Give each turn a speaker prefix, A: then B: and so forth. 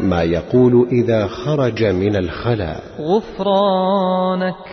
A: ما يقول إذا خرج من الخلاء
B: غفرانك